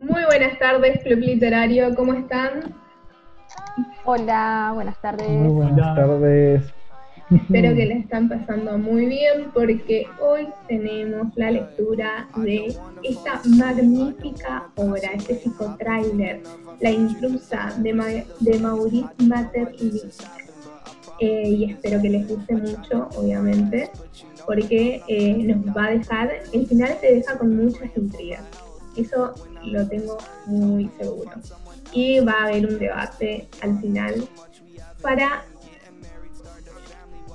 Muy buenas tardes, Club Literario, ¿cómo están? Hola, buenas tardes. Muy buenas tardes. Espero que le están pasando muy bien porque hoy tenemos la lectura de esta magnífica obra, este psicotráiler, La intrusa de, Ma de Maurice Maeterlinck. Eh, y espero que les guste mucho, obviamente, porque eh, nos va a dejar, el final te deja con muchas intrigas. Eso lo tengo muy seguro. Y va a haber un debate al final para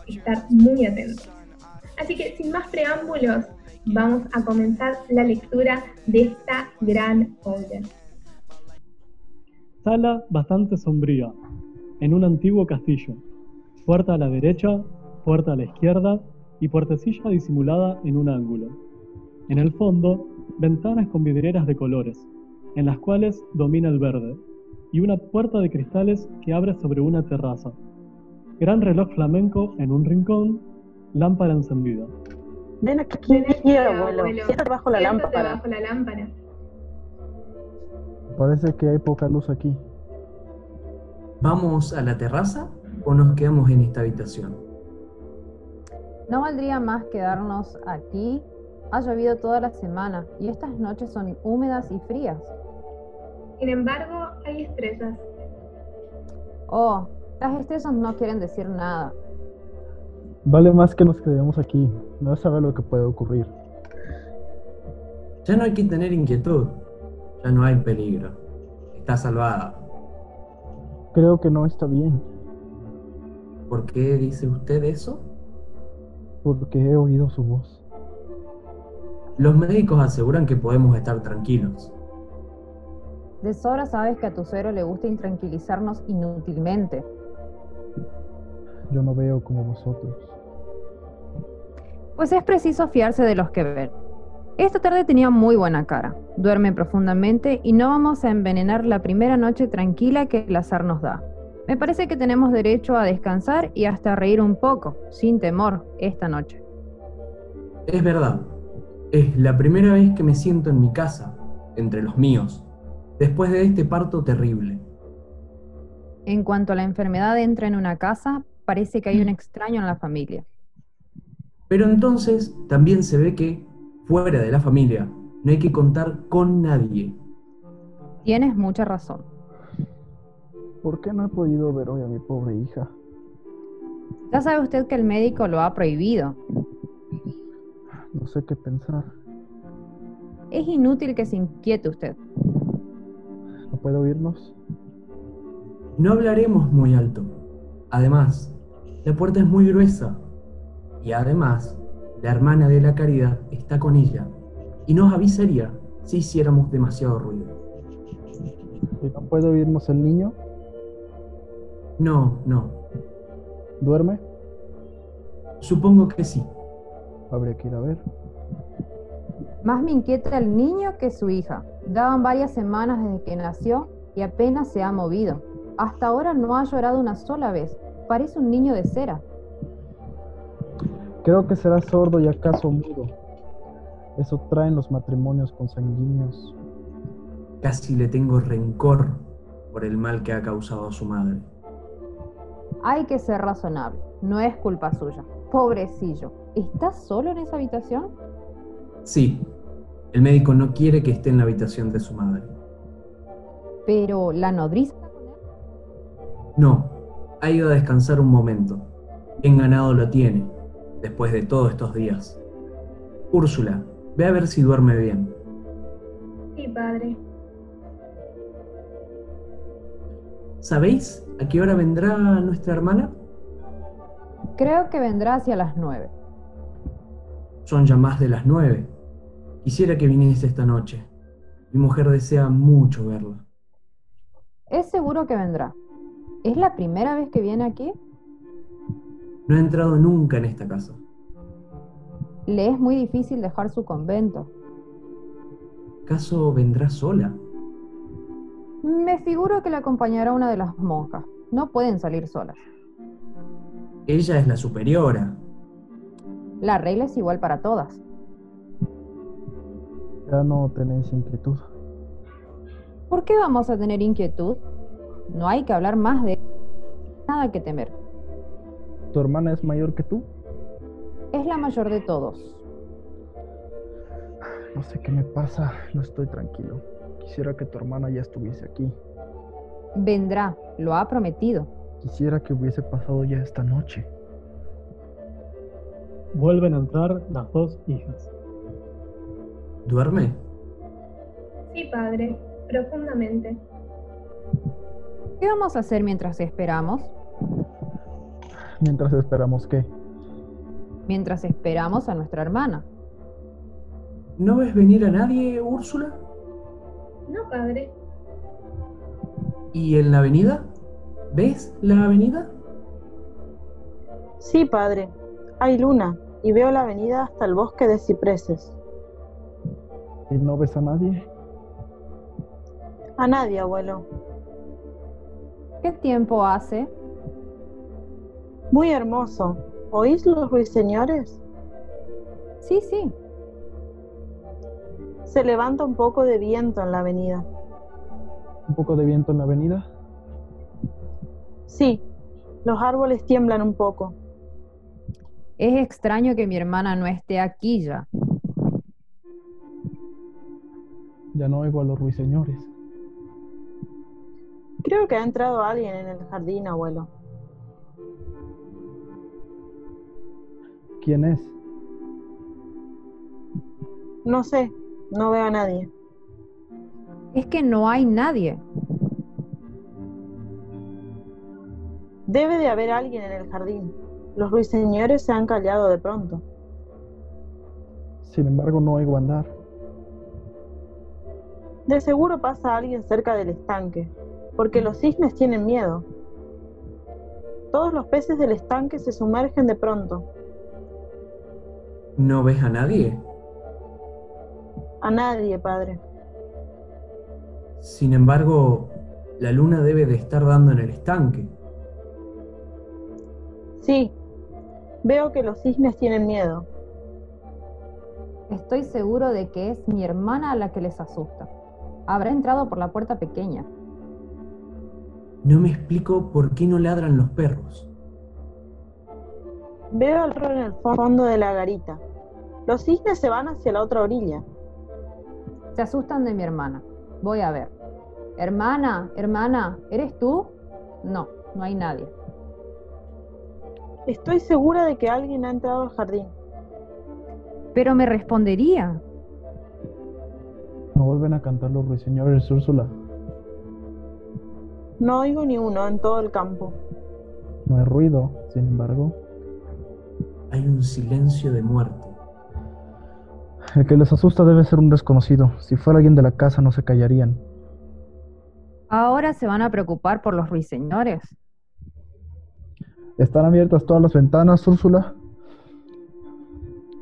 estar muy atentos. Así que sin más preámbulos, vamos a comenzar la lectura de esta gran obra. Sala bastante sombría, en un antiguo castillo. Puerta a la derecha, puerta a la izquierda y puertecilla disimulada en un ángulo. En el fondo, ventanas con vidrieras de colores, en las cuales domina el verde, y una puerta de cristales que abre sobre una terraza gran reloj flamenco en un rincón, lámpara encendida. Ven aquí, Ven aquí abuelo. abuelo. Siéntate bajo la Siéntate lámpara. bajo la lámpara. Parece que hay poca luz aquí. ¿Vamos a la terraza o nos quedamos en esta habitación? No valdría más quedarnos aquí. Ha llovido toda la semana y estas noches son húmedas y frías. Sin embargo, hay estrellas. Oh, las estrellas no quieren decir nada. Vale más que nos quedemos aquí. No sabe lo que puede ocurrir. Ya no hay que tener inquietud. Ya no hay peligro. Está salvada. Creo que no está bien, ¿Por qué dice usted eso? porque he oído su voz. Los médicos aseguran que podemos estar tranquilos. De sobra sabes que a tu suegro le gusta intranquilizarnos inútilmente. Yo no veo como vosotros. Pues es preciso fiarse de los que ven. Esta tarde tenía muy buena cara. Duerme profundamente y no vamos a envenenar la primera noche tranquila que el azar nos da. Me parece que tenemos derecho a descansar y hasta reír un poco, sin temor, esta noche. Es verdad. Es la primera vez que me siento en mi casa, entre los míos, después de este parto terrible. En cuanto la enfermedad entra en una casa, parece que hay un extraño en la familia. Pero entonces también se ve que, fuera de la familia, no hay que contar con nadie. Tienes mucha razón. ¿Por qué no he podido ver hoy a mi pobre hija? Ya sabe usted que el médico lo ha prohibido. No sé qué pensar. Es inútil que se inquiete usted. ¿No puede oírnos? No hablaremos muy alto. Además, la puerta es muy gruesa. Y además, la hermana de la caridad está con ella. Y nos avisaría si hiciéramos demasiado ruido. ¿Y no puede oírnos el niño? No, no. ¿Duerme? Supongo que sí. Habría que ir a ver. Más me inquieta el niño que su hija. Daban varias semanas desde que nació y apenas se ha movido. Hasta ahora no ha llorado una sola vez. Parece un niño de cera. Creo que será sordo y acaso mudo. Eso traen los matrimonios consanguíneos. Casi le tengo rencor por el mal que ha causado a su madre. Hay que ser razonable. No es culpa suya. Pobrecillo. ¿Está solo en esa habitación? Sí, el médico no quiere que esté en la habitación de su madre. Pero la nodriza está con él. No, ha ido a descansar un momento. Bien ganado lo tiene, después de todos estos días. Úrsula, ve a ver si duerme bien. Sí, padre. ¿Sabéis a qué hora vendrá nuestra hermana? Creo que vendrá hacia las nueve. Son ya más de las nueve. Quisiera que viniese esta noche. Mi mujer desea mucho verla. Es seguro que vendrá. ¿Es la primera vez que viene aquí? No ha entrado nunca en esta casa. Le es muy difícil dejar su convento. ¿Acaso vendrá sola? Me figuro que la acompañará una de las monjas. No pueden salir solas. Ella es la superiora. La regla es igual para todas. Ya no tenéis inquietud. ¿Por qué vamos a tener inquietud? No hay que hablar más de eso. Nada que temer. ¿Tu hermana es mayor que tú? Es la mayor de todos. No sé qué me pasa, no estoy tranquilo. Quisiera que tu hermana ya estuviese aquí. Vendrá, lo ha prometido. Quisiera que hubiese pasado ya esta noche. Vuelven a entrar las dos hijas. ¿Duerme? Sí, padre, profundamente. ¿Qué vamos a hacer mientras esperamos? Mientras esperamos qué. Mientras esperamos a nuestra hermana. ¿No ves venir a nadie, Úrsula? No, padre. ¿Y en la avenida? ¿Ves la avenida? Sí, padre. Hay luna y veo la avenida hasta el bosque de cipreses. ¿Y no ves a nadie? A nadie, abuelo. ¿Qué tiempo hace? Muy hermoso. ¿Oís los ruiseñores? Sí, sí. Se levanta un poco de viento en la avenida. ¿Un poco de viento en la avenida? Sí, los árboles tiemblan un poco. Es extraño que mi hermana no esté aquí ya. Ya no oigo a los ruiseñores. Creo que ha entrado alguien en el jardín, abuelo. ¿Quién es? No sé, no veo a nadie. Es que no hay nadie. Debe de haber alguien en el jardín. Los ruiseñores se han callado de pronto. Sin embargo, no oigo andar. De seguro pasa alguien cerca del estanque, porque los cisnes tienen miedo. Todos los peces del estanque se sumergen de pronto. ¿No ves a nadie? A nadie, padre. Sin embargo, la luna debe de estar dando en el estanque. Sí, veo que los cisnes tienen miedo. Estoy seguro de que es mi hermana a la que les asusta. Habrá entrado por la puerta pequeña. No me explico por qué no ladran los perros. Veo al río en el fondo de la garita. Los cisnes se van hacia la otra orilla. Se asustan de mi hermana. Voy a ver. Hermana, hermana, ¿eres tú? No, no hay nadie. Estoy segura de que alguien ha entrado al jardín. Pero me respondería. No vuelven a cantar los ruiseñores, Úrsula. No oigo ni uno en todo el campo. No hay ruido, sin embargo. Hay un silencio de muerte. El que les asusta debe ser un desconocido. Si fuera alguien de la casa no se callarían. Ahora se van a preocupar por los ruiseñores. ¿Están abiertas todas las ventanas, Úrsula?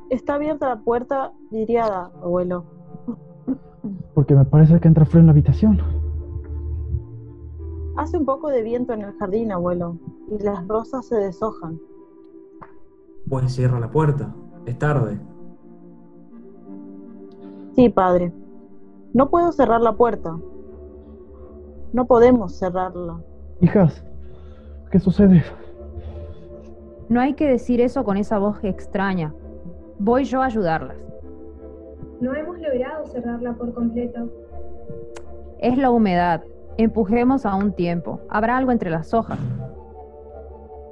Está abierta la puerta vidriada, abuelo. Porque me parece que entra frío en la habitación. Hace un poco de viento en el jardín, abuelo, y las rosas se deshojan. Pues cierra la puerta. Es tarde. Sí, padre. No puedo cerrar la puerta. No podemos cerrarla. Hijas, ¿qué sucede? No hay que decir eso con esa voz extraña. Voy yo a ayudarlas. No hemos logrado cerrarla por completo. Es la humedad. Empujemos a un tiempo. Habrá algo entre las hojas.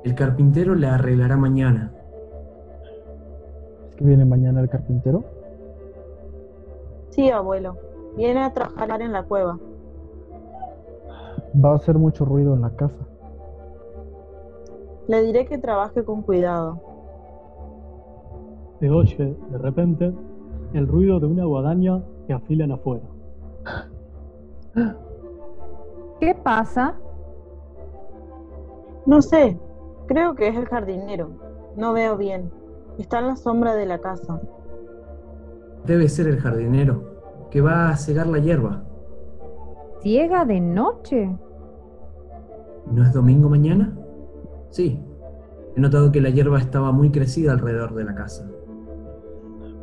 El carpintero la arreglará mañana. ¿Es que viene mañana el carpintero? Sí, abuelo. Viene a trabajar en la cueva. Va a hacer mucho ruido en la casa. Le diré que trabaje con cuidado. Se oye, de repente, el ruido de una guadaña que afilan afuera. ¿Qué pasa? No sé, creo que es el jardinero. No veo bien. Está en la sombra de la casa. Debe ser el jardinero, que va a cegar la hierba. ¿Ciega de noche? ¿No es domingo mañana? Sí, he notado que la hierba estaba muy crecida alrededor de la casa.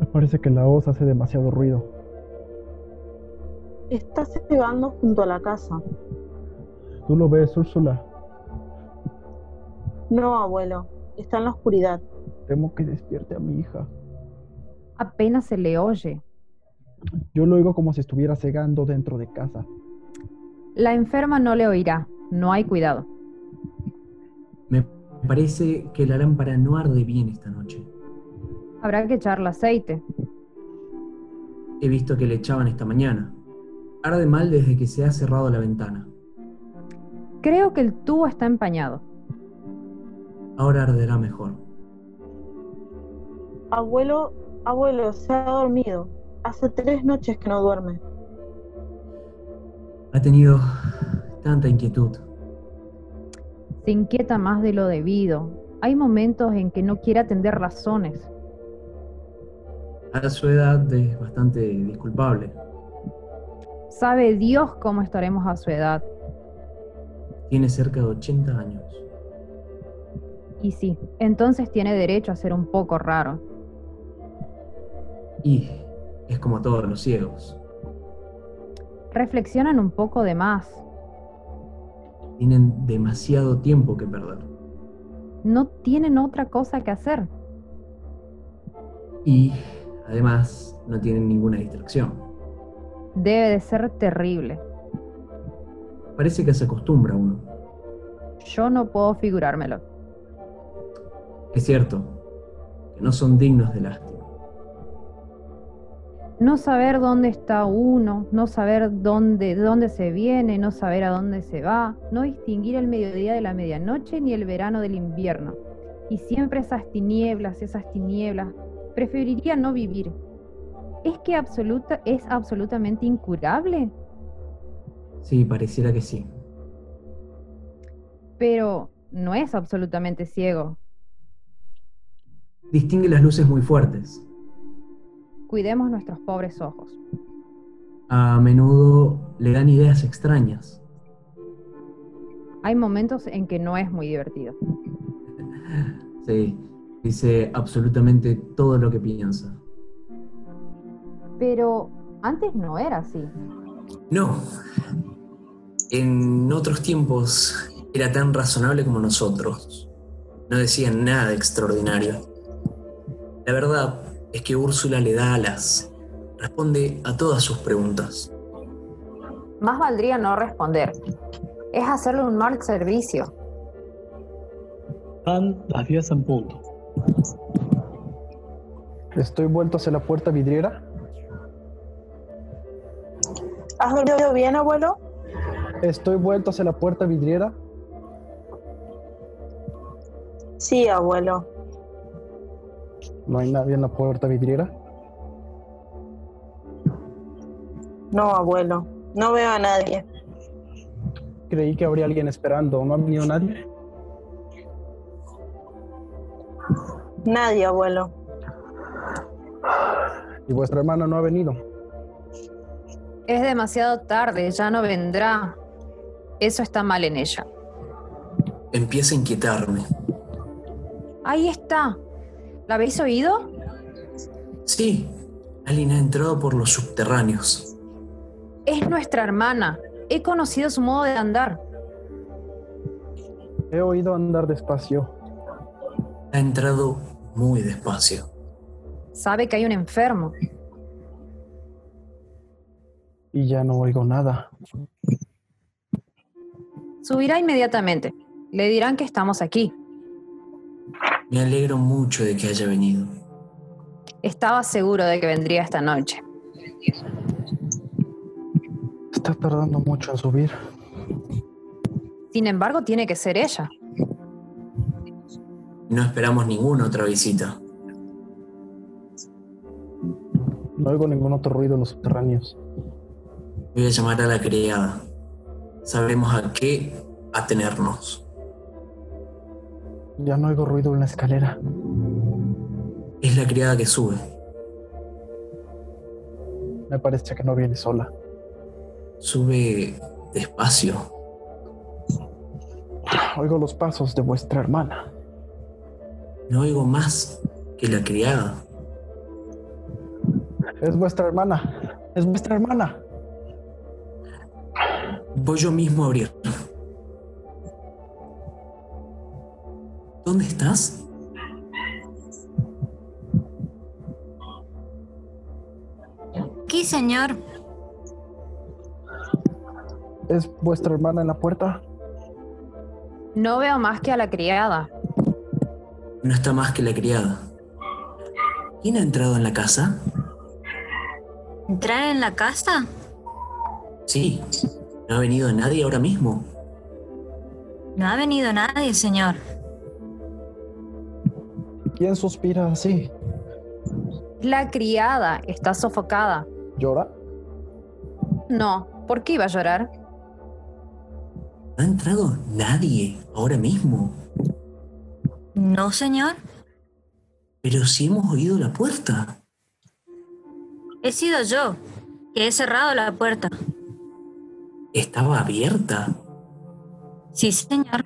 Me parece que la hoz hace demasiado ruido. Está cebando junto a la casa. ¿Tú lo ves, Úrsula? No, abuelo, está en la oscuridad. Temo que despierte a mi hija. Apenas se le oye. Yo lo oigo como si estuviera cegando dentro de casa. La enferma no le oirá. No hay cuidado. Me parece que la lámpara no arde bien esta noche. Habrá que echarle aceite. He visto que le echaban esta mañana. Arde mal desde que se ha cerrado la ventana. Creo que el tubo está empañado. Ahora arderá mejor. Abuelo, abuelo, se ha dormido. Hace tres noches que no duerme. Ha tenido tanta inquietud. Se inquieta más de lo debido. Hay momentos en que no quiere atender razones. A su edad es bastante disculpable. Sabe Dios cómo estaremos a su edad. Tiene cerca de 80 años. Y sí, entonces tiene derecho a ser un poco raro. Y es como todos los ciegos. Reflexionan un poco de más. Tienen demasiado tiempo que perder. No tienen otra cosa que hacer. Y además no tienen ninguna distracción. Debe de ser terrible. Parece que se acostumbra uno. Yo no puedo figurármelo. Es cierto, que no son dignos de lástima. No saber dónde está uno, no saber dónde, dónde se viene, no saber a dónde se va, no distinguir el mediodía de la medianoche ni el verano del invierno. Y siempre esas tinieblas, esas tinieblas. Preferiría no vivir. ¿Es que absoluta, es absolutamente incurable? Sí, pareciera que sí. Pero no es absolutamente ciego. Distingue las luces muy fuertes. Cuidemos nuestros pobres ojos. A menudo le dan ideas extrañas. Hay momentos en que no es muy divertido. Sí, dice absolutamente todo lo que piensa. Pero antes no era así. No. En otros tiempos era tan razonable como nosotros. No decían nada extraordinario. La verdad es que Úrsula le da alas. Responde a todas sus preguntas. Más valdría no responder. Es hacerle un mal servicio. Dan las 10 en punto. Estoy vuelto hacia la puerta vidriera. ¿Has dormido bien, abuelo? Estoy vuelto hacia la puerta vidriera. Sí, abuelo. No hay nadie en la puerta vidriera. No, abuelo. No veo a nadie. Creí que habría alguien esperando. ¿No ha venido nadie? Nadie, abuelo. ¿Y vuestra hermana no ha venido? Es demasiado tarde, ya no vendrá. Eso está mal en ella. Empieza a inquietarme. Ahí está. ¿La habéis oído? Sí, alguien ha entrado por los subterráneos. Es nuestra hermana. He conocido su modo de andar. He oído andar despacio. Ha entrado muy despacio. Sabe que hay un enfermo. Y ya no oigo nada. Subirá inmediatamente. Le dirán que estamos aquí. Me alegro mucho de que haya venido. Estaba seguro de que vendría esta noche. Está tardando mucho en subir. Sin embargo, tiene que ser ella. No esperamos ninguna otra visita. No oigo ningún otro ruido en los subterráneos. Voy a llamar a la criada. Sabremos a qué atenernos. Ya no oigo ruido en la escalera. Es la criada que sube. Me parece que no viene sola. Sube despacio. Oigo los pasos de vuestra hermana. No oigo más que la criada. Es vuestra hermana. Es vuestra hermana. Voy yo mismo a abrir. ¿Dónde estás? Aquí, señor. ¿Es vuestra hermana en la puerta? No veo más que a la criada. No está más que la criada. ¿Quién ha entrado en la casa? ¿Entrar en la casa? Sí. No ha venido nadie ahora mismo. No ha venido nadie, señor. ¿Quién suspira así? La criada está sofocada. ¿Llora? No, ¿por qué iba a llorar? No ha entrado nadie ahora mismo. No, señor. Pero si hemos oído la puerta. He sido yo, que he cerrado la puerta. Estaba abierta. Sí, señor.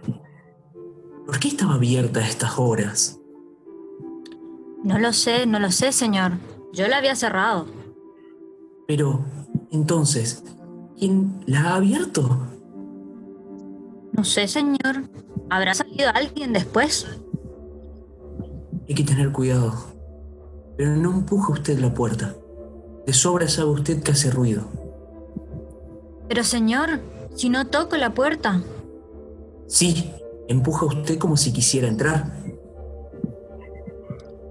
¿Por qué estaba abierta a estas horas? No lo sé, no lo sé, señor. Yo la había cerrado. Pero, entonces, ¿quién la ha abierto? No sé, señor. ¿Habrá salido alguien después? Hay que tener cuidado. Pero no empuje usted la puerta. De sobra sabe usted que hace ruido. Pero, señor, si no toco la puerta. Sí, empuja usted como si quisiera entrar.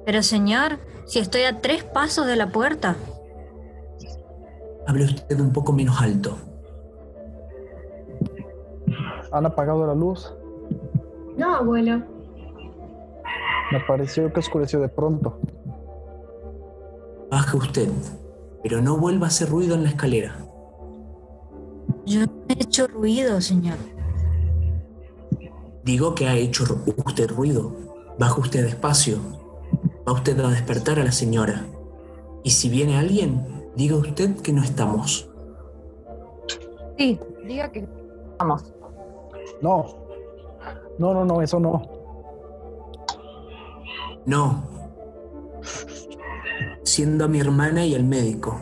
Pero, señor, si estoy a tres pasos de la puerta. Hable usted un poco menos alto. ¿Han apagado la luz? No, abuelo. Me pareció que oscureció de pronto. Baje usted, pero no vuelva a hacer ruido en la escalera. Yo no he hecho ruido, señor. Digo que ha hecho ru- usted ruido. Baje usted despacio. Va usted a despertar a la señora. Y si viene alguien, diga usted que no estamos. Sí, diga que vamos. No. No, no, no, eso no. No. Siendo a mi hermana y al médico.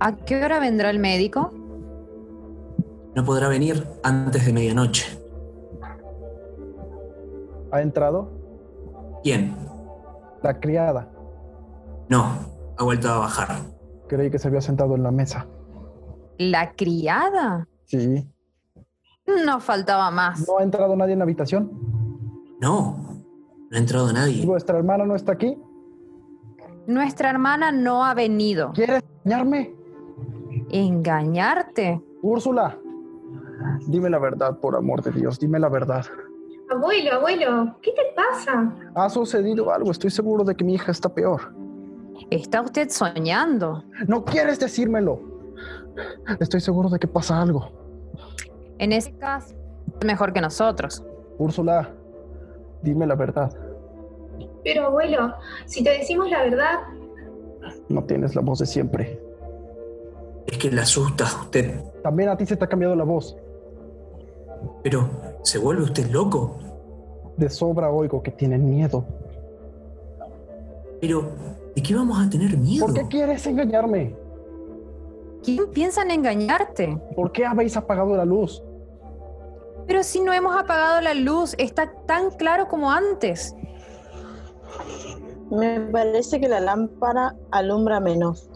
¿A qué hora vendrá el médico? No podrá venir antes de medianoche. ¿Ha entrado? ¿Quién? La criada. No, ha vuelto a bajar. Creí que se había sentado en la mesa. ¿La criada? Sí. No faltaba más. ¿No ha entrado nadie en la habitación? No, no ha entrado ¿Y nadie. vuestra hermana no está aquí? Nuestra hermana no ha venido. ¿Quieres engañarme? ¿Engañarte? Úrsula. Dime la verdad, por amor de Dios, dime la verdad. Abuelo, abuelo, ¿qué te pasa? Ha sucedido algo, estoy seguro de que mi hija está peor. Está usted soñando. No quieres decírmelo. Estoy seguro de que pasa algo. En ese caso, es mejor que nosotros. Úrsula, dime la verdad. Pero abuelo, si te decimos la verdad, No tienes la voz de siempre. Es que le asusta a usted. También a ti se te ha cambiado la voz. Pero, ¿se vuelve usted loco? De sobra oigo que tienen miedo. Pero, ¿de qué vamos a tener miedo? ¿Por qué quieres engañarme? ¿Quién piensa en engañarte? ¿Por qué habéis apagado la luz? Pero si no hemos apagado la luz, está tan claro como antes. Me parece que la lámpara alumbra menos.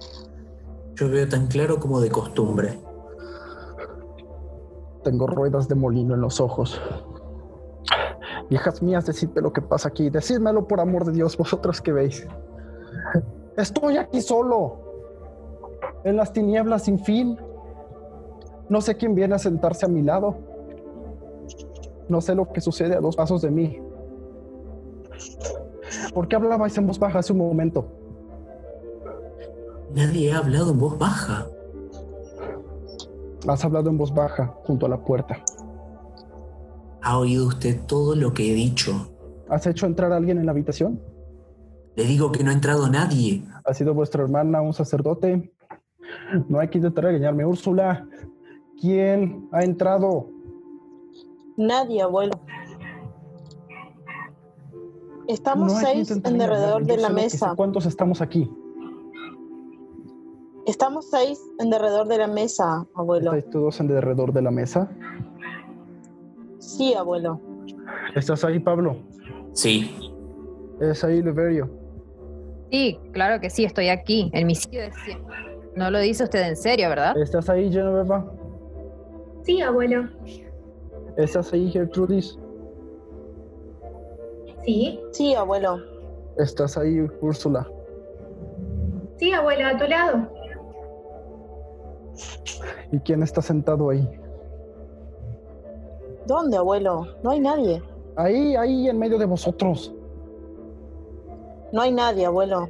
Yo veo tan claro como de costumbre. Tengo ruedas de molino en los ojos. Hijas mías, decidme lo que pasa aquí. Decídmelo por amor de Dios, vosotras que veis. Estoy aquí solo. En las tinieblas sin fin. No sé quién viene a sentarse a mi lado. No sé lo que sucede a dos pasos de mí. ¿Por qué hablabais en voz baja hace un momento? Nadie ha hablado en voz baja. Has hablado en voz baja junto a la puerta. Ha oído usted todo lo que he dicho. ¿Has hecho entrar a alguien en la habitación? Le digo que no ha entrado nadie. ha sido vuestra hermana un sacerdote. No hay que intentar engañarme, Úrsula. ¿Quién ha entrado? Nadie, abuelo. Estamos No hay que seis intentar en alrededor engañarme, de yo la sé lo que mesa. sé. ¿Cuántos estamos aquí? Estamos seis en derredor de la mesa, abuelo. ¿Estáis todos en alrededor de la mesa? Sí, abuelo. ¿Estás ahí, Pablo? Sí, ¿Es ahí, Liberio? Sí, claro que sí, estoy aquí, en mi sitio de siempre. No lo dice usted en serio, ¿verdad? ¿Estás ahí, Genoveva? Sí, abuelo. ¿Estás ahí, Gertrudis? Sí. Sí, abuelo. ¿Estás ahí, Úrsula? Sí, abuelo, a tu lado. ¿Y quién está sentado ahí? ¿Dónde, abuelo? No hay nadie. Ahí, ahí, en medio de vosotros. No hay nadie, abuelo.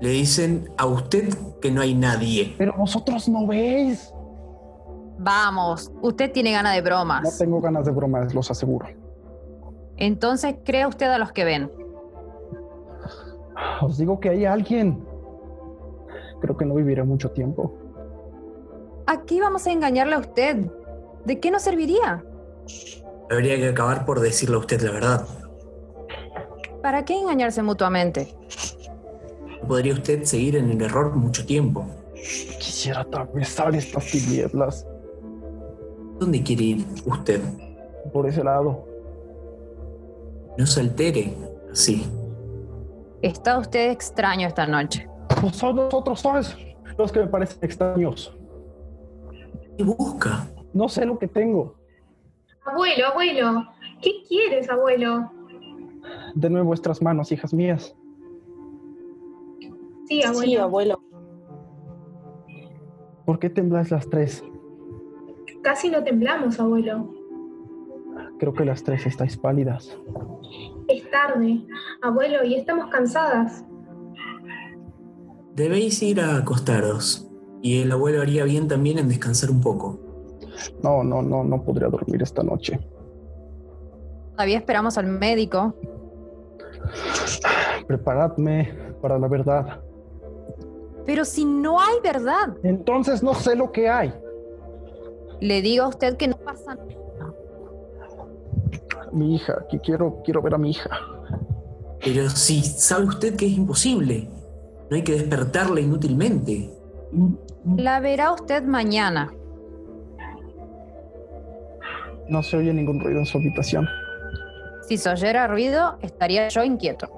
le dicen a usted que no hay nadie. Pero vosotros no veis. Vamos, usted tiene ganas de bromas. No tengo ganas de bromas, los aseguro. Entonces crea usted a los que ven. Os Pues digo que hay alguien. Creo que no viviré mucho tiempo. Aquí vamos a engañarle a usted. ¿De qué nos serviría? Habría que acabar por decirle a usted la verdad. ¿Para qué engañarse mutuamente? Podría usted seguir en el error mucho tiempo. Quisiera atravesar estas tinieblas ¿Dónde quiere ir usted? por ese lado. No se altere. Sí. Está usted extraño esta noche. Pues son vosotros sois los que me parecen extraños. ¿Qué busca? No sé lo que tengo. Abuelo, abuelo, ¿qué quieres, abuelo? De nuevo vuestras manos, hijas mías. Sí, Sí, abuelo. abuelo. ¿Por qué tembláis las tres? Casi no temblamos, abuelo. Creo que las tres estáis pálidas. Es tarde, abuelo, y estamos cansadas. Debéis ir a acostaros. Y el abuelo haría bien también en descansar un poco. No, no, no, no podría dormir esta noche. Todavía esperamos al médico. Preparadme para la verdad. Pero si no hay verdad, Entonces no sé lo que hay. le digo a usted que no pasa nada. Mi hija, que quiero, quiero ver a mi hija. Pero si sabe usted que es imposible. No hay que despertarla inútilmente. La verá usted mañana. No se oye ningún ruido en su habitación. Si se oyera ruido, estaría yo inquieto.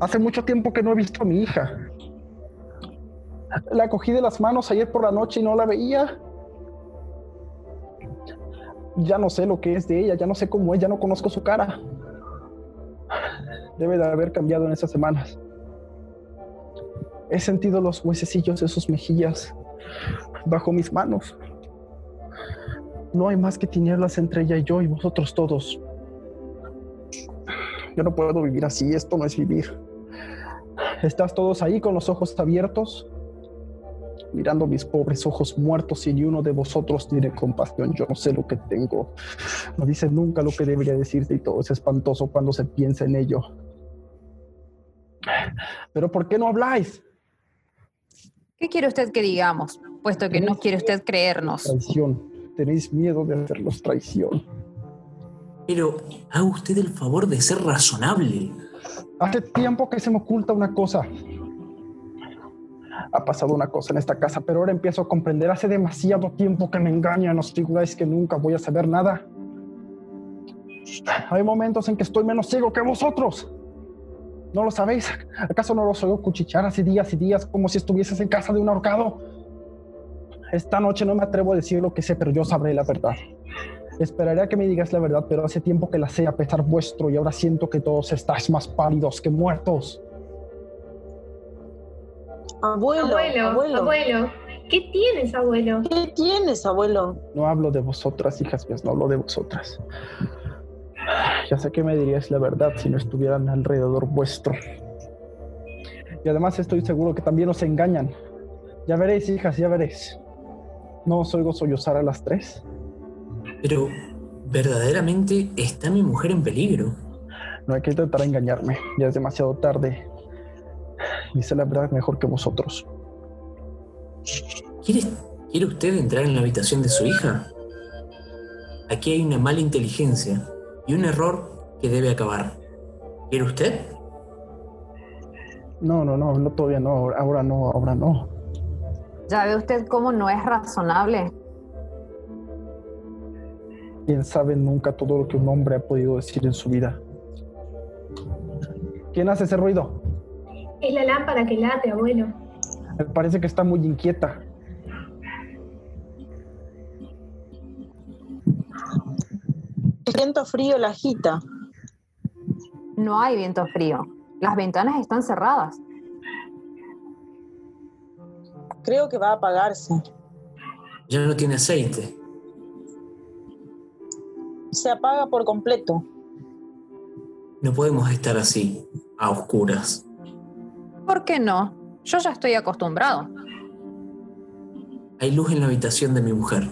Hace mucho tiempo que no he visto a mi hija. La cogí de las manos ayer por la noche y no la veía. Ya no sé lo que es de ella, ya no sé cómo es, ya no conozco su cara. Debe de haber cambiado en esas semanas. He sentido los huesecillos de sus mejillas bajo mis manos. No hay más que tinieblas entre ella y yo y vosotros todos. Yo no puedo vivir así, esto no es vivir. Estás todos ahí con los ojos abiertos, mirando mis pobres ojos muertos y ni uno de vosotros tiene compasión. Yo no sé lo que tengo. No dice nunca lo que debería decirte y todo es espantoso cuando se piensa en ello. Pero ¿por qué no habláis? ¿Qué quiere usted que digamos? Puesto que no quiere usted creernos. Traición. Tenéis miedo de hacerlos traición. Pero haga usted el favor de ser razonable. Hace tiempo que se me oculta una cosa. Ha pasado una cosa en esta casa, pero ahora empiezo a comprender. Hace demasiado tiempo que me engañan. Os figuráis que nunca voy a saber nada. Hay momentos en que estoy menos ciego que vosotros. ¿No lo sabéis? ¿Acaso no los oigo cuchichar hace días y días como si estuvieses en casa de un ahorcado? Esta noche no me atrevo a decir lo que sé, pero yo sabré la verdad. Esperaré a que me digas la verdad, pero hace tiempo que la sé a pesar vuestro y ahora siento que todos estáis más pálidos que muertos. Abuelo, Abuelo, abuelo, ¿qué tienes, abuelo? ¿Qué tienes, abuelo? No hablo de vosotras, hijas mías, no hablo de vosotras. Ya sé que me diríais la verdad si no estuvieran alrededor vuestro. Y además estoy seguro que también os engañan. Ya veréis, hijas, ya veréis. No os oigo sollozar a las tres. Pero verdaderamente está mi mujer en peligro. No hay que intentar engañarme, ya es demasiado tarde. Y sé la verdad mejor que vosotros. ¿Quiere, quiere usted entrar en la habitación de su hija? Aquí hay una mala inteligencia y un error que debe acabar. ¿Quiere usted? No, no, no, no, todavía no, ahora ahora no, ahora no. Ya ve usted cómo no es razonable. ¿Quién sabe nunca todo lo que un hombre ha podido decir en su vida? ¿Quién hace ese ruido? Es la lámpara que late, abuelo. Me parece que está muy inquieta. Siento frío la agita. No hay viento frío. Las ventanas están cerradas. Creo que va a apagarse. Ya no tiene aceite. Se apaga por completo. No podemos estar así, a oscuras. ¿Por qué no? Yo ya estoy acostumbrado. Hay luz en la habitación de mi mujer.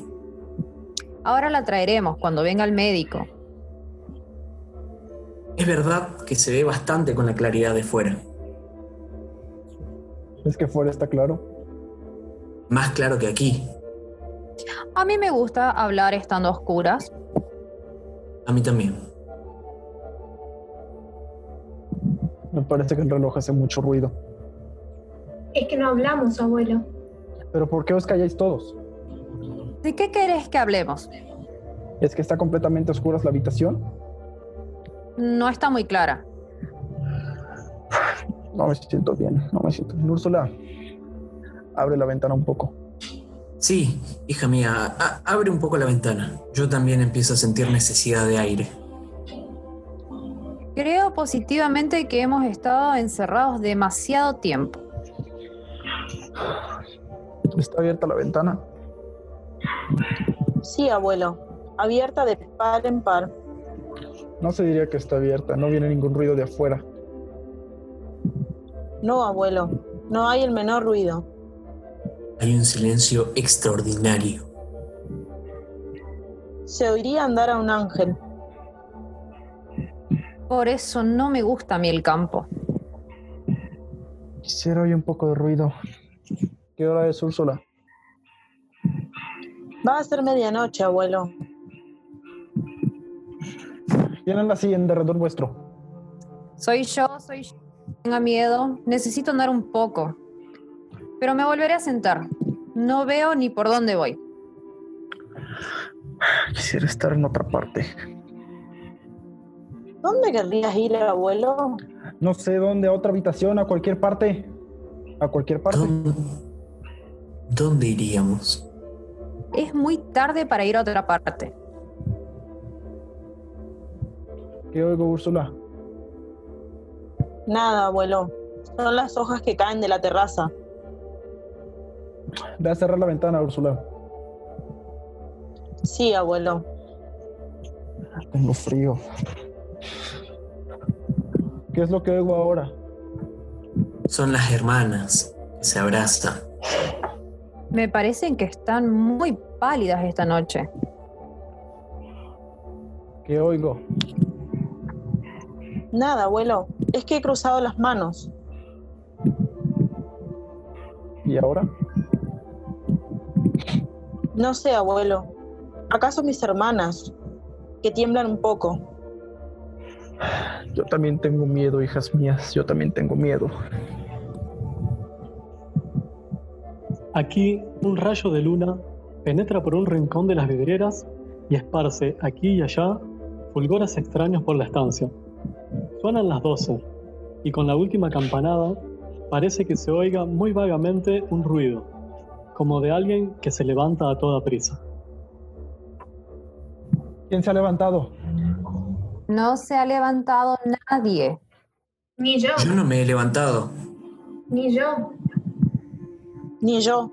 Ahora la traeremos cuando venga el médico. Es verdad que se ve bastante con la claridad de fuera. Es que fuera está claro. Más claro que aquí. A mí me gusta hablar estando a oscuras. A mí también. Me parece que el reloj hace mucho ruido. Es que no hablamos, abuelo. Pero ¿por qué os calláis todos? ¿De qué querés que hablemos? ¿Es que está completamente a oscuras la habitación? No está muy clara. No me siento bien, no me siento bien. Úrsula, abre la ventana un poco. Sí, hija mía, a- abre un poco la ventana. Yo también empiezo a sentir necesidad de aire. Creo positivamente que hemos estado encerrados demasiado tiempo. Está abierta la ventana. Sí, abuelo. Abierta de par en par. No se diría que está abierta, no viene ningún ruido de afuera. No, abuelo. No hay el menor ruido. Hay un silencio extraordinario. Se oiría andar a un ángel. Por eso no me gusta a mí el campo. Quisiera oír un poco de ruido. ¿Qué hora es, Úrsula? Va a ser medianoche, abuelo. ¿Quién anda así en derredor vuestro? Soy yo, soy yo. Tenga miedo, necesito andar un poco. Pero me volveré a sentar. No veo ni por dónde voy. Quisiera estar en otra parte. ¿Dónde querrías ir, abuelo? No sé dónde, a otra habitación, a cualquier parte. A cualquier parte. ¿Dónde, dónde iríamos? Es muy tarde para ir a otra parte. ¿Qué oigo, Úrsula? Nada, abuelo. Son las hojas que caen de la terraza. Ve a cerrar la ventana, Úrsula. Sí, abuelo. Tengo frío. ¿Qué es lo que oigo ahora? Son las hermanas que se abrazan. Me parecen que están muy pálidas esta noche. ¿Qué oigo? Nada, abuelo. Es que he cruzado las manos. ¿Y ahora? No sé, abuelo. ¿Acaso mis hermanas? Que tiemblan un poco. Yo también tengo miedo, hijas mías. Yo también tengo miedo. Aquí un rayo de luna penetra por un rincón de las vidrieras y esparce aquí y allá fulgores extraños por la estancia. Suenan las doce y con la última campanada parece que se oiga muy vagamente un ruido, como de alguien que se levanta a toda prisa. ¿Quién se ha levantado? No se ha levantado nadie. Ni yo, Yo no me he levantado. ni yo. Ni yo.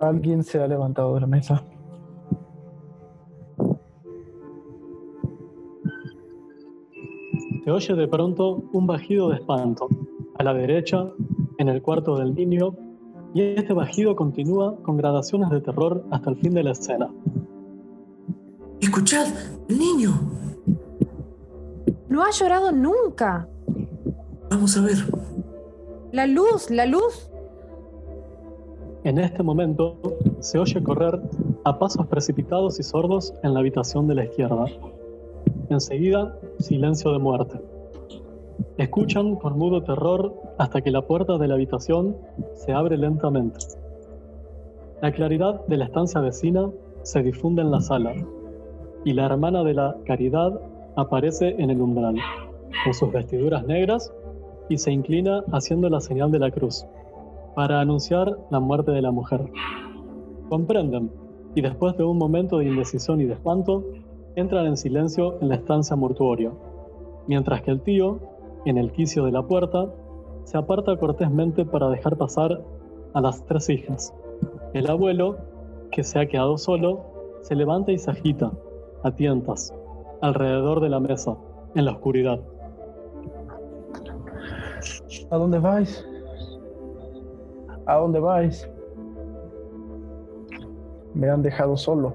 Alguien se ha levantado de la mesa. Se oye de pronto un bajido de espanto, a la derecha, en el cuarto del niño, y este bajido continúa con gradaciones de terror hasta el fin de la escena. Escuchad, el niño. No ha llorado nunca. Vamos a ver. La luz, la luz. En este momento se oye correr a pasos precipitados y sordos en la habitación de la izquierda. Enseguida, silencio de muerte. Escuchan con mudo terror hasta que la puerta de la habitación se abre lentamente. La claridad de la estancia vecina se difunde en la sala y la hermana de la caridad aparece en el umbral, con sus vestiduras negras y se inclina haciendo la señal de la cruz para anunciar la muerte de la mujer. Comprenden y después de un momento de indecisión y de espanto, entran en silencio en la estancia mortuoria, mientras que el tío, en el quicio de la puerta, se aparta cortésmente para dejar pasar a las tres hijas. El abuelo, que se ha quedado solo, se levanta y se agita, a tientas, alrededor de la mesa, en la oscuridad. ¿A dónde vais? ¿A dónde vais? Me han dejado solo.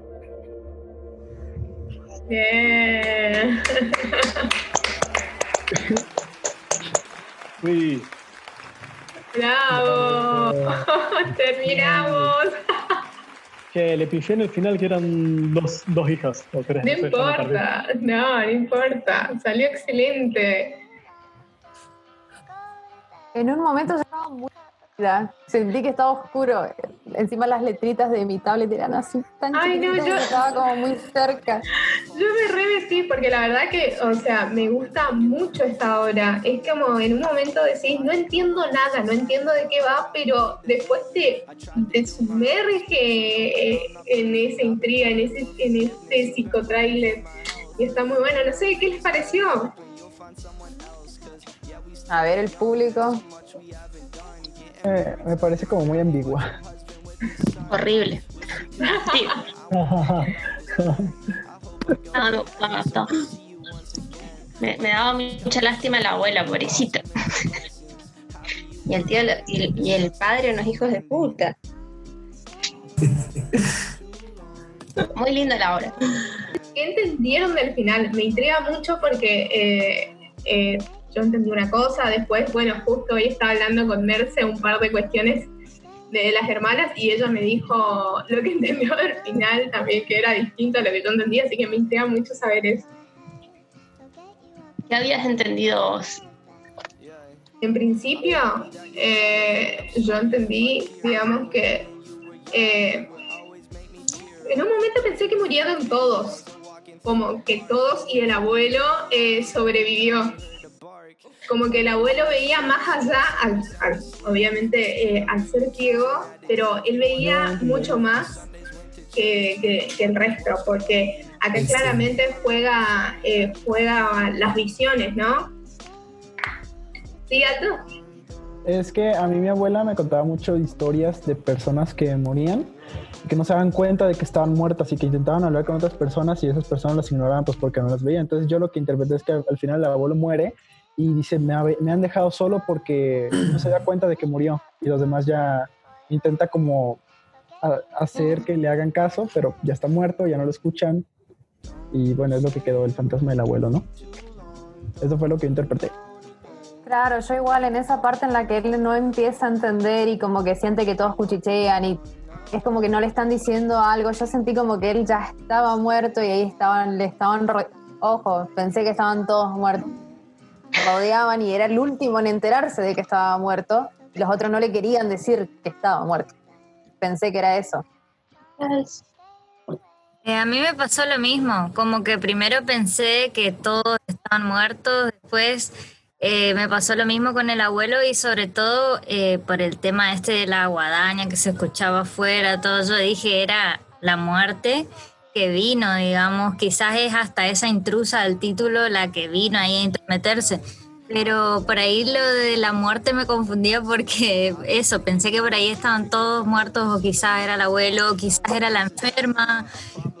Bien. Uy, Bravo. Terminamos. que le pillé en el final que eran dos, dos hijas o tres. No sé, ya me perdí. importa. No, no importa. Salió excelente. En un momento yo estaba muy perdida. Sentí que estaba oscuro. Encima las letritas de mi tablet eran así tan Ay, no, chiquititas yo- que estaba como muy cerca. Yo me revestí porque la verdad que, o sea, me gusta mucho esta obra. Es como en un momento decís, no entiendo nada, no entiendo de qué va, pero después te, te sumerge eh, en esa intriga, en ese, en ese psicotrailer. Y está muy bueno. No sé, ¿qué les pareció? A ver el público. Eh, me parece como muy ambigua. Horrible. Sí. Ah, No, no, no, no. Me, me daba mucha lástima la abuela, pobrecita. Y el tío lo- y, el- y el padre, unos hijos de puta. Muy linda la obra. ¿Qué entendieron del final? Me intriga mucho porque eh, eh, yo entendí una cosa, después, bueno, justo hoy estaba hablando con Merce un par de cuestiones de las hermanas y ella me dijo lo que entendió del final también, que era distinto a lo que yo entendía, así que me intriga mucho saber eso. ¿Qué habías entendido vos? En principio, eh, yo entendí, digamos, que eh, en un momento pensé que murieron todos, como que todos y el abuelo eh, sobrevivió. Como que el abuelo veía más allá, al- al- obviamente eh, al ser ciego, pero él veía mucho más que, que- que el resto, porque acá Sí. claramente juega, eh, juega las visiones, ¿no? Sí, Aldo. Es que a mí mi abuela me contaba mucho historias de personas que morían, que no se daban cuenta de que estaban muertas y que intentaban hablar con otras personas y esas personas las ignoraban pues porque no las veían. Entonces yo lo que interpreté es que al al final el abuelo muere y dice, me, habe- me han dejado solo porque no se da cuenta de que murió y los demás ya intenta como a- hacer que le hagan caso, pero ya está muerto, ya no lo escuchan y bueno, es lo que quedó el fantasma del abuelo, ¿no? Eso fue lo que interpreté. Claro, yo igual en esa parte en la que él no empieza a entender y como que siente que todos cuchichean y es como que no le están diciendo algo, yo sentí como que él ya estaba muerto y ahí estaban, le estaban, ro- ojo, pensé que estaban todos muertos, Lo rodeaban y era el último en enterarse de que estaba muerto y los otros no le querían decir que estaba muerto. Pensé que era eso. Eh, a mí me pasó lo mismo, como que primero pensé que todos estaban muertos, después eh, me pasó lo mismo con el abuelo y sobre todo eh, por el tema este de la guadaña que se escuchaba afuera, todo yo dije era la muerte que vino, digamos, quizás es hasta esa intrusa del título la que vino ahí a intermeterse. Pero por ahí lo de la muerte me confundía porque eso, pensé que por ahí estaban todos muertos o quizás era el abuelo, o quizás era la enferma,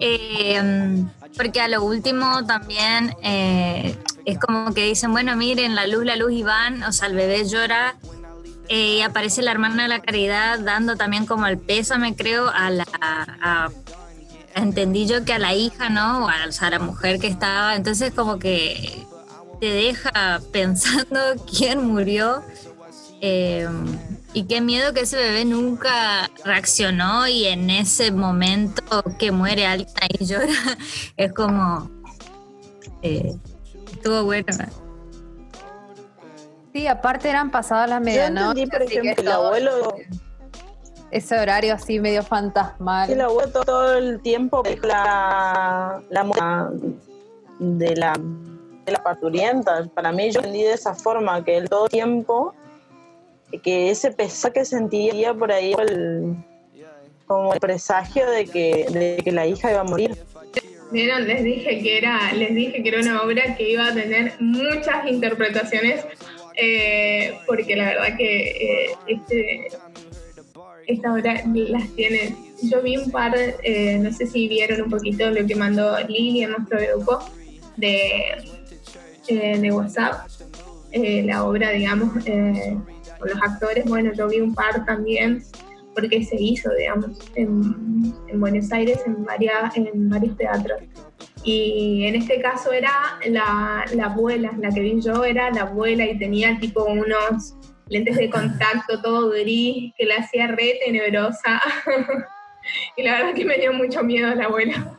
eh, porque a lo último también eh, es como que dicen, bueno, miren, la luz, la luz, y van, o sea, el bebé llora eh, y aparece la hermana de la caridad dando también como el pésame, creo, a la... a- entendí yo que a la hija, ¿no? O a, o sea, a la mujer que estaba, entonces como que te deja pensando quién murió. eh, y qué miedo que ese bebé nunca reaccionó y en ese momento que muere alguien ahí llora. Es como... eh, estuvo bueno. Sí, aparte eran pasadas las Yo medianoche. entendí, por así que ejemplo, el todo- abuelo, Ese horario así medio fantasmal. el abuelo todo, todo el tiempo con la, la moda de la, de la parturienta. Para mí, yo entendí de esa forma que él todo el tiempo, que ese pesar que sentía por ahí, el- como el presagio de que, de que la hija iba a morir. ¿Vieron? Les dije que era, les dije que era una obra que iba a tener muchas interpretaciones, eh, porque la verdad que eh, este, esta obra las tiene. Yo vi un par, eh, no sé si vieron un poquito lo que mandó Lili en nuestro grupo de, eh, de WhatsApp, eh, la obra, digamos, eh, con los actores. Bueno, yo vi un par también porque se hizo, digamos, en, en Buenos Aires en, varias, en varios teatros. Y en este caso era la, la abuela, la que vi yo era la abuela y tenía tipo unos lentes de contacto todo gris que la hacía re tenebrosa. y la verdad que me dio mucho miedo la abuela.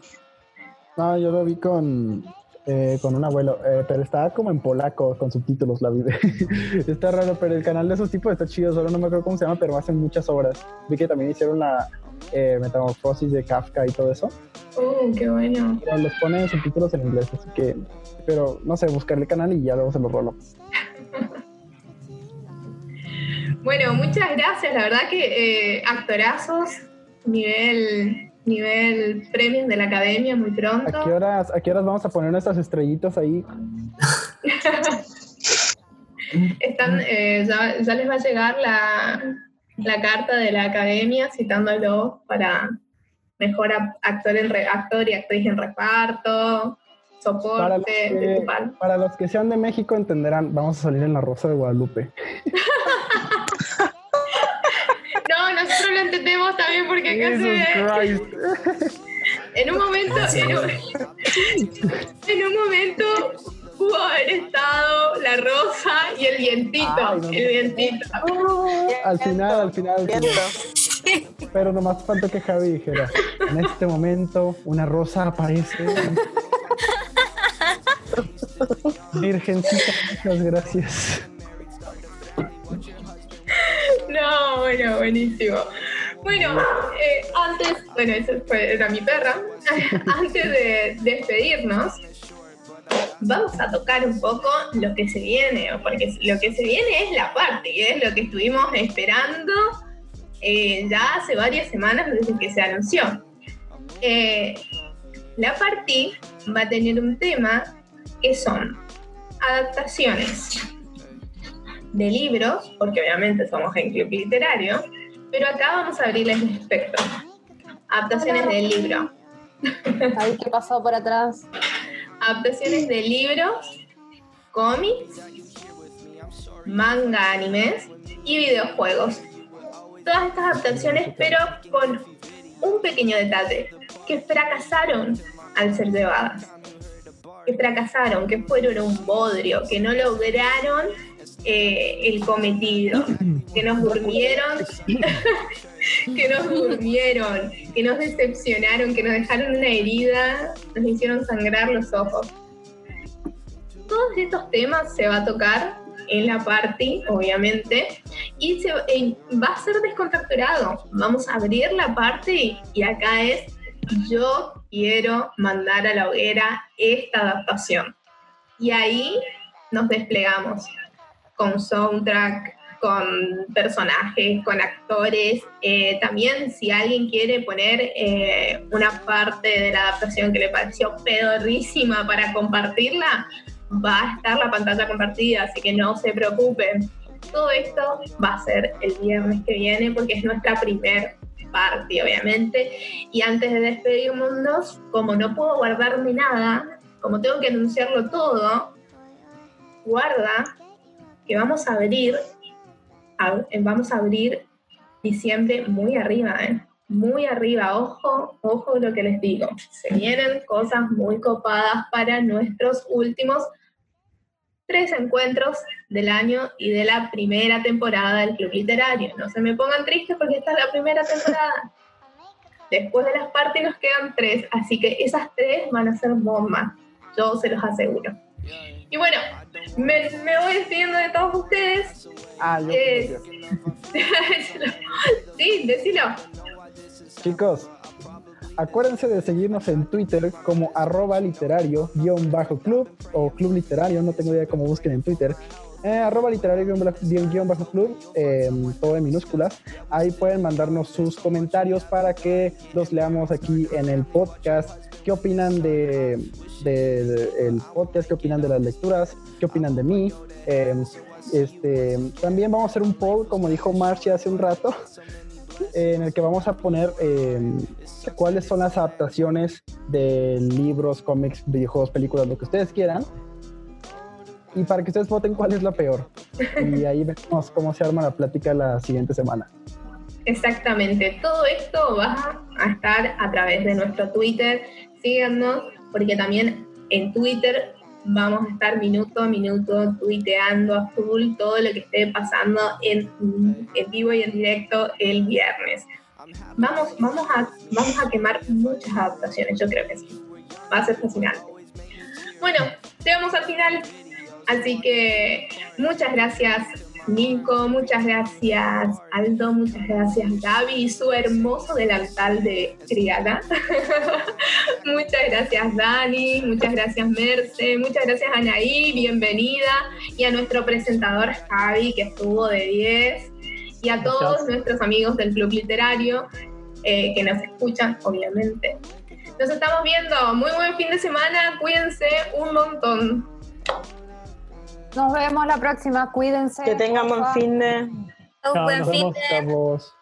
No, yo lo vi con, eh, con un abuelo, eh, pero estaba como en polaco, con subtítulos la vive. está raro, pero el canal de esos tipos está chido, solo no me acuerdo cómo se llama, pero hacen muchas obras. Vi que también hicieron la eh, metamorfosis de Kafka y todo eso. Uh, qué bueno. Pero les ponen subtítulos en inglés, así que... Pero, no sé, buscarle el canal y ya luego se lo rolo. Bueno, muchas gracias. La verdad que eh, actorazos, nivel, nivel premios de la academia muy ¿A pronto. qué, horas, ¿A qué horas vamos a poner nuestras estrellitas ahí? Están, Mm. eh, ya, ya les va a llegar la, la carta de la academia citándolo para mejor ap- actor, en re- actor y actriz en reparto, Para los, soporte, que, principal. para los que sean de México entenderán, vamos a salir en la Rosa de Guadalupe. No, nosotros lo entendemos también porque acá se Jesus ve- Christ. En un momento, en un, en un momento pudo haber estado la rosa y el vientito, Ay, no. el vientito. Al final, al final, al final. Pero nomás falta que Javi dijera, en este momento una rosa aparece. Virgencita, muchas gracias. No, bueno, buenísimo. Bueno, eh, antes, bueno, esa fue, era mi perra. antes de despedirnos, vamos a tocar un poco lo que se viene, porque lo que se viene es la parte, y es lo que estuvimos esperando eh, ya hace varias semanas desde que se anunció. Eh, la party va a tener un tema que son adaptaciones de libros, porque obviamente somos en club literario, pero acá vamos a abrir el espectro. Adaptaciones de libro. Ahí que pasó por atrás. Adaptaciones de libros, cómics, manga, animes y videojuegos. Todas estas adaptaciones, pero con un pequeño detalle, que fracasaron al ser llevadas. Que fracasaron, que fueron un bodrio, que no lograron eh, el cometido, que nos durmieron que nos durmieron, que nos decepcionaron, que nos dejaron una herida, nos hicieron sangrar los ojos. Todos estos temas se va a tocar en la party, obviamente, y se, eh, va a ser descontracturado. Vamos a abrir la party y acá es, yo quiero mandar a la hoguera esta adaptación. Y ahí nos desplegamos con soundtrack, con personajes, con actores. Eh, también si alguien quiere poner eh, una parte de la adaptación que le pareció pedorrísima para compartirla, va a estar la pantalla compartida, así que no se preocupen. Todo esto va a ser el viernes que viene porque es nuestra primer party, obviamente. Y antes de despedirnos, como no puedo guardarme nada, como tengo que anunciarlo todo, guarda que vamos a abrir ab- eh, vamos a abrir diciembre muy arriba, ¿eh? Muy arriba, ojo, ojo lo que les digo. Se vienen cosas muy copadas para nuestros últimos tres encuentros del año y de la primera temporada del Club Literario. No se me pongan tristes porque esta es la primera temporada. Después de las partes nos quedan tres, así que esas tres van a ser bombas, yo se los aseguro. Y bueno, me, me voy despidiendo de todos ustedes. Ah, yo. Eh, sí, decilo. Chicos, acuérdense de seguirnos en Twitter como arroba literario guión bajo club o club literario, no tengo idea cómo busquen en Twitter. Eh, arroba literario guión bla- guión- guión bajo club, eh, todo en minúsculas. Ahí pueden mandarnos sus comentarios para que los leamos aquí en el podcast. ¿Qué opinan de, de- de- el podcast? ¿Qué opinan de las lecturas? ¿Qué opinan de mí? Eh, este, también vamos a hacer un poll, como dijo Marcia hace un rato en el que vamos a poner eh, cuáles son las adaptaciones de libros, cómics, videojuegos, películas, lo que ustedes quieran. Y para que ustedes voten cuál es la peor. Y ahí vemos cómo se arma la plática la siguiente semana. Exactamente, todo esto va a estar a través de nuestro Twitter. Síganos porque también en Twitter vamos a estar minuto a minuto tuiteando a full todo lo que esté pasando en, en vivo y en directo el viernes. Vamos, vamos, a, vamos a quemar muchas adaptaciones, yo creo que sí. Va a ser fascinante. Bueno, llegamos al final, así que muchas gracias Nico, muchas gracias. Aldo, muchas gracias. Gaby y su hermoso delantal de Triana. muchas gracias, Dani. Muchas gracias, Merce. Muchas gracias, Anaí. Bienvenida. Y a nuestro presentador, Javi, que estuvo de 10. Y a todos Gracias. nuestros amigos del Club Literario eh, que nos escuchan, obviamente. Nos estamos viendo. Muy buen fin de semana. Cuídense un montón. Nos vemos la próxima, cuídense. Que tengan buen porfa. fin de... Un Chao, buen nos fin vemos. de- Chavos.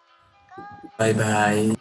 Bye bye.